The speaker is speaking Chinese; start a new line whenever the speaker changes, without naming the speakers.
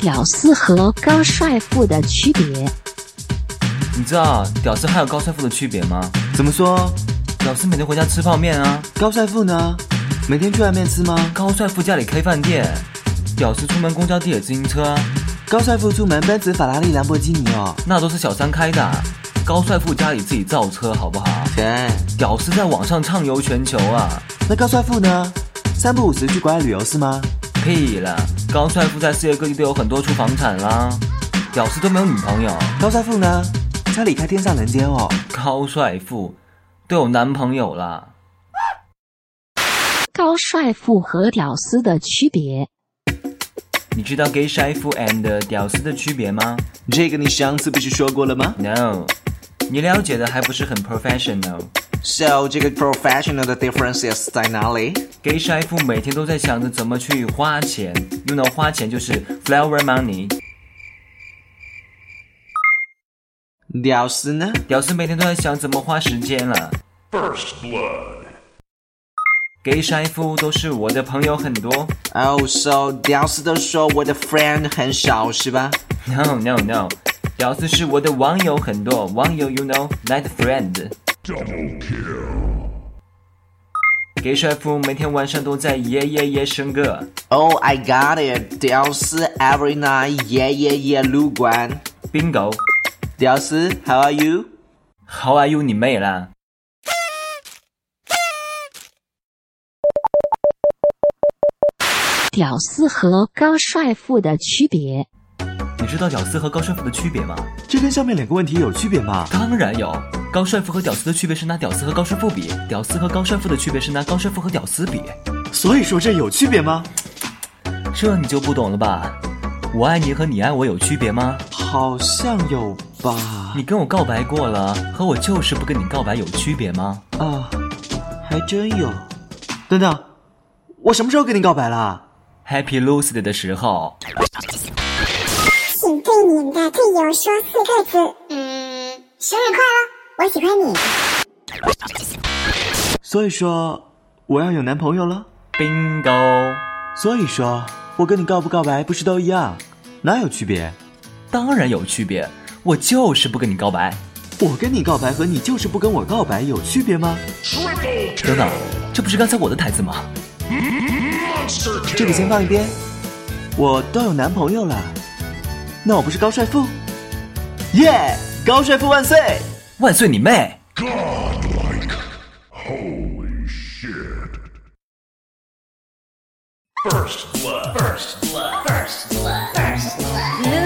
屌丝和高帅富的区别。
你知道屌丝还有高帅富的区别吗？
怎么说？
屌丝每天回家吃泡面啊，
高帅富呢？每天去外面吃吗？
高帅富家里开饭店，屌丝出门公交、地铁、自行车，
高帅富出门奔驰、法拉利、兰博基尼哦。
那都是小三开的。啊高帅富家里自己造车，好不好？
钱。
屌丝在网上畅游全球啊！
那高帅富呢？三不五时去国外旅游是吗？
屁了，高帅富在世界各地都有很多处房产啦。屌丝都没有女朋友，
高帅富呢？他离开天上人间哦。
高帅富都有男朋友啦。
高帅富和屌丝的区别。
你知道 gay 帅富 and 屌丝的区别吗
这个你上次不是说过了吗
？No，你了解的还不是很 professional。
？So 这个 professional 的 difference is 在哪里？
gay 帅富每天都在想着怎么去花钱，you know，花钱就是 flower money。
屌丝呢？
屌丝每天都在想怎么花时间了。
First blood.
gay 帅富都是我的朋友很多。
哦、oh,，so 屌丝都说我的 friend 很少是吧？
No no no，屌丝是我的网友很多，网友 you know not friend。
Double kill.
给帅富每天晚上都在耶耶耶生个，
Oh, I got it！屌丝 every night，耶耶耶，撸管。
bingo。
屌丝，How are you？
How are you 你妹啦！
屌丝和高帅富的区别。
你知道屌丝和高帅富的区别吗？
这跟上面两个问题有区别吗？
当然有。高帅富和屌丝的区别是拿屌丝和高帅富比，屌丝和高帅富的区别是拿高帅富和屌丝比。
所以说这有区别吗？
这啊你就不懂了吧？我爱你和你爱我有区别吗？
好像有吧？
你跟我告白过了，和我就是不跟你告白有区别吗？
啊，还真有。等等，我什么时候跟你告白了？
Happy Lucid 的时候，
请对你的队友说四个字：嗯，生日快乐，我喜欢你。
所以说我要有男朋友了？
bingo。
所以说我跟你告不告白不是都一样？哪有区别？
当然有区别，我就是不跟你告白。
我跟你告白和你就是不跟我告白有区别吗？
等等，这不是刚才我的台词吗？
Monster
这个
kill.
先放一边。我都有男朋友了，那我不是高帅富？耶、高帅富万岁！
万岁你妹！
Godlike. Holy shit. First blood. First blood. First blood. First blood.